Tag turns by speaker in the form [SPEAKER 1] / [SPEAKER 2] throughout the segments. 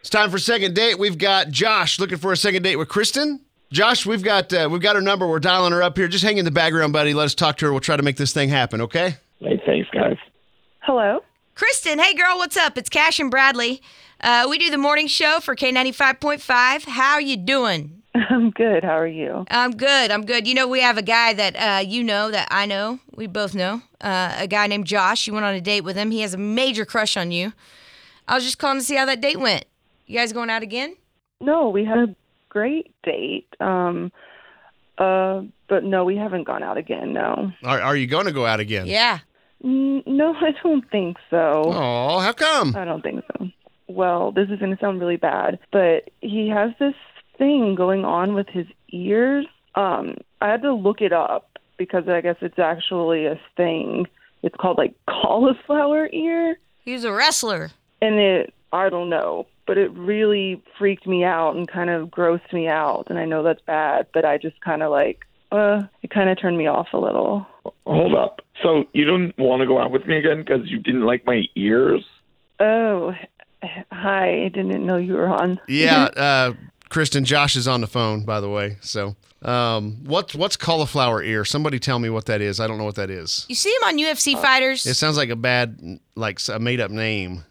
[SPEAKER 1] It's time for second date. We've got Josh looking for a second date with Kristen. Josh, we've got uh, we've got her number. We're dialing her up here. Just hang in the background, buddy. Let us talk to her. We'll try to make this thing happen. Okay?
[SPEAKER 2] Hey, thanks, guys.
[SPEAKER 3] Hello.
[SPEAKER 4] Kristen, hey girl, what's up? It's Cash and Bradley. Uh, we do the morning show for K95.5. How you doing?
[SPEAKER 3] I'm good. How are you?
[SPEAKER 4] I'm good. I'm good. You know, we have a guy that uh, you know, that I know, we both know, uh, a guy named Josh. You went on a date with him. He has a major crush on you. I was just calling to see how that date went. You guys going out again?
[SPEAKER 3] No, we had a great date. Um uh but no, we haven't gone out again. No.
[SPEAKER 1] Are, are you going to go out again?
[SPEAKER 4] Yeah.
[SPEAKER 3] N- No, I don't think so.
[SPEAKER 1] Oh, how come?
[SPEAKER 4] Uh,
[SPEAKER 3] I don't think so. Well, this is going to sound really bad, but he has this thing going on with his ears. Um, I had to look it up because I guess it's actually a thing. It's called like cauliflower ear,
[SPEAKER 4] He was a wrestler.
[SPEAKER 3] and it I don't know, but it really freaked me out and kind of grossed me out. And I know that's bad, but I just kind of like uh, it kind of turned me off a little.
[SPEAKER 2] Hold up. So you don't want to go out with me again because you didn't like my ears?
[SPEAKER 3] Oh, hi! I didn't know you were on.
[SPEAKER 1] Yeah. Uh, Kristen, Josh is on the phone, by the way. So, um, what's what's cauliflower ear? Somebody tell me what that is. I don't know what that is.
[SPEAKER 4] You see him on
[SPEAKER 1] Uh,
[SPEAKER 4] UFC fighters?
[SPEAKER 1] It sounds like a bad, like a made up name.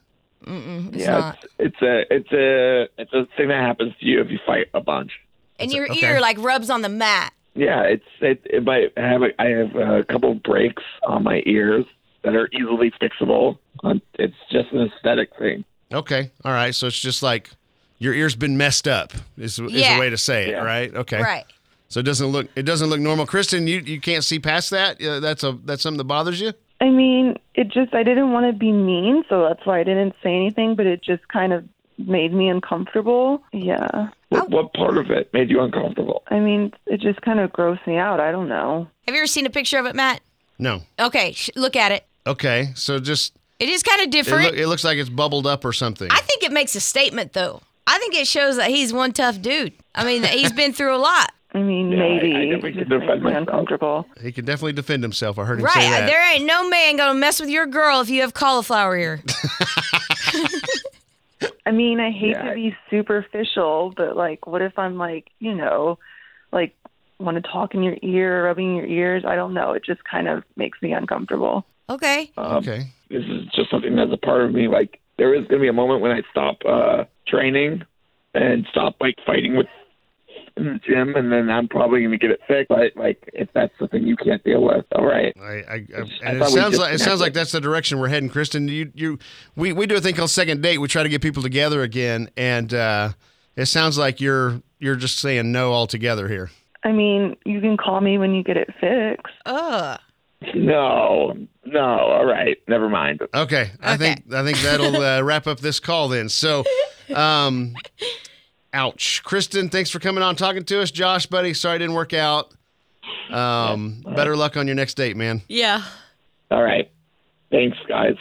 [SPEAKER 4] Mm-mm, it's
[SPEAKER 2] yeah,
[SPEAKER 4] not.
[SPEAKER 2] it's, it's a it's a it's a thing that happens to you if you fight a bunch.
[SPEAKER 4] And
[SPEAKER 1] It's a-
[SPEAKER 4] your
[SPEAKER 1] okay.
[SPEAKER 4] ear like rubs on the mat.
[SPEAKER 2] Yeah, it's it, it might have a, I have a couple breaks on my ears that are easily fixable. Um, It's just an aesthetic thing.
[SPEAKER 1] Okay. All right. So it's just like your ear's been messed up. Is is
[SPEAKER 4] Yeah.
[SPEAKER 1] a way to say it,
[SPEAKER 2] Yeah.
[SPEAKER 1] right? Okay.
[SPEAKER 4] Right.
[SPEAKER 1] So it doesn't look it doesn't look normal, Kristen. You you can't see past that. Uh, that's a that's something that bothers you.
[SPEAKER 3] I mean, it just, I didn't want to be mean, so that's why I didn't say anything, but it just kind of made me uncomfortable. Yeah.
[SPEAKER 4] Oh.
[SPEAKER 2] What, what part of it made you uncomfortable?
[SPEAKER 3] I mean, it just kind of grossed me out. I don't know.
[SPEAKER 4] Have you ever seen a picture of it, Matt?
[SPEAKER 1] No.
[SPEAKER 4] Okay, sh- look at it.
[SPEAKER 1] Okay. So just
[SPEAKER 4] It is kind of
[SPEAKER 1] it,
[SPEAKER 4] different.
[SPEAKER 1] loo- it looks like it's bubbled up or something.
[SPEAKER 4] I think it makes a statement, though. I think it shows that he's one tough dude. I mean, that he's been through a lot.
[SPEAKER 3] I mean,
[SPEAKER 2] Yeah, I- I
[SPEAKER 3] maybe.
[SPEAKER 2] definitely
[SPEAKER 3] it
[SPEAKER 2] could
[SPEAKER 3] just
[SPEAKER 2] defend
[SPEAKER 3] makes me
[SPEAKER 2] myself.
[SPEAKER 3] uncomfortable.
[SPEAKER 1] he can definitely defend himself. I heard him say
[SPEAKER 4] Right.
[SPEAKER 1] that.
[SPEAKER 4] There ain't no man going to mess with your girl if you have cauliflower ear.
[SPEAKER 3] I mean, I hate
[SPEAKER 2] Yeah, I-
[SPEAKER 3] to be superficial, but like, what if I'm like, you know, like, want to talk in your ear, rubbing your ears? I don't know. It just kind of makes me uncomfortable.
[SPEAKER 4] Okay.
[SPEAKER 2] Um,
[SPEAKER 1] okay.
[SPEAKER 2] This is just something that's a part of me. Like there is going to be a moment when I stop uh, training and stop like fighting with in the gym, and then I'm probably going to get it fixed. But like if that's something you can't deal with, all right.
[SPEAKER 1] I, I, I,
[SPEAKER 2] I
[SPEAKER 1] and it
[SPEAKER 2] thought we
[SPEAKER 1] sounds
[SPEAKER 2] just-
[SPEAKER 1] like it sounds like that's the direction we're heading, Kristen. You you we, we do a thing called second date. We try to get people together again, and uh, it sounds like you're you're just saying no altogether here.
[SPEAKER 3] I mean, you can call me when you get it fixed.
[SPEAKER 4] Ugh.
[SPEAKER 2] No, no, all right, never mind.
[SPEAKER 1] Okay, I
[SPEAKER 4] Okay.
[SPEAKER 1] think I think that'll uh, wrap up this call then. So, um, ouch, Kristen. Thanks for coming on, talking to us, Josh, buddy. Sorry it didn't work out. Um, better luck on your next date, man.
[SPEAKER 4] Yeah.
[SPEAKER 2] All right, thanks, guys.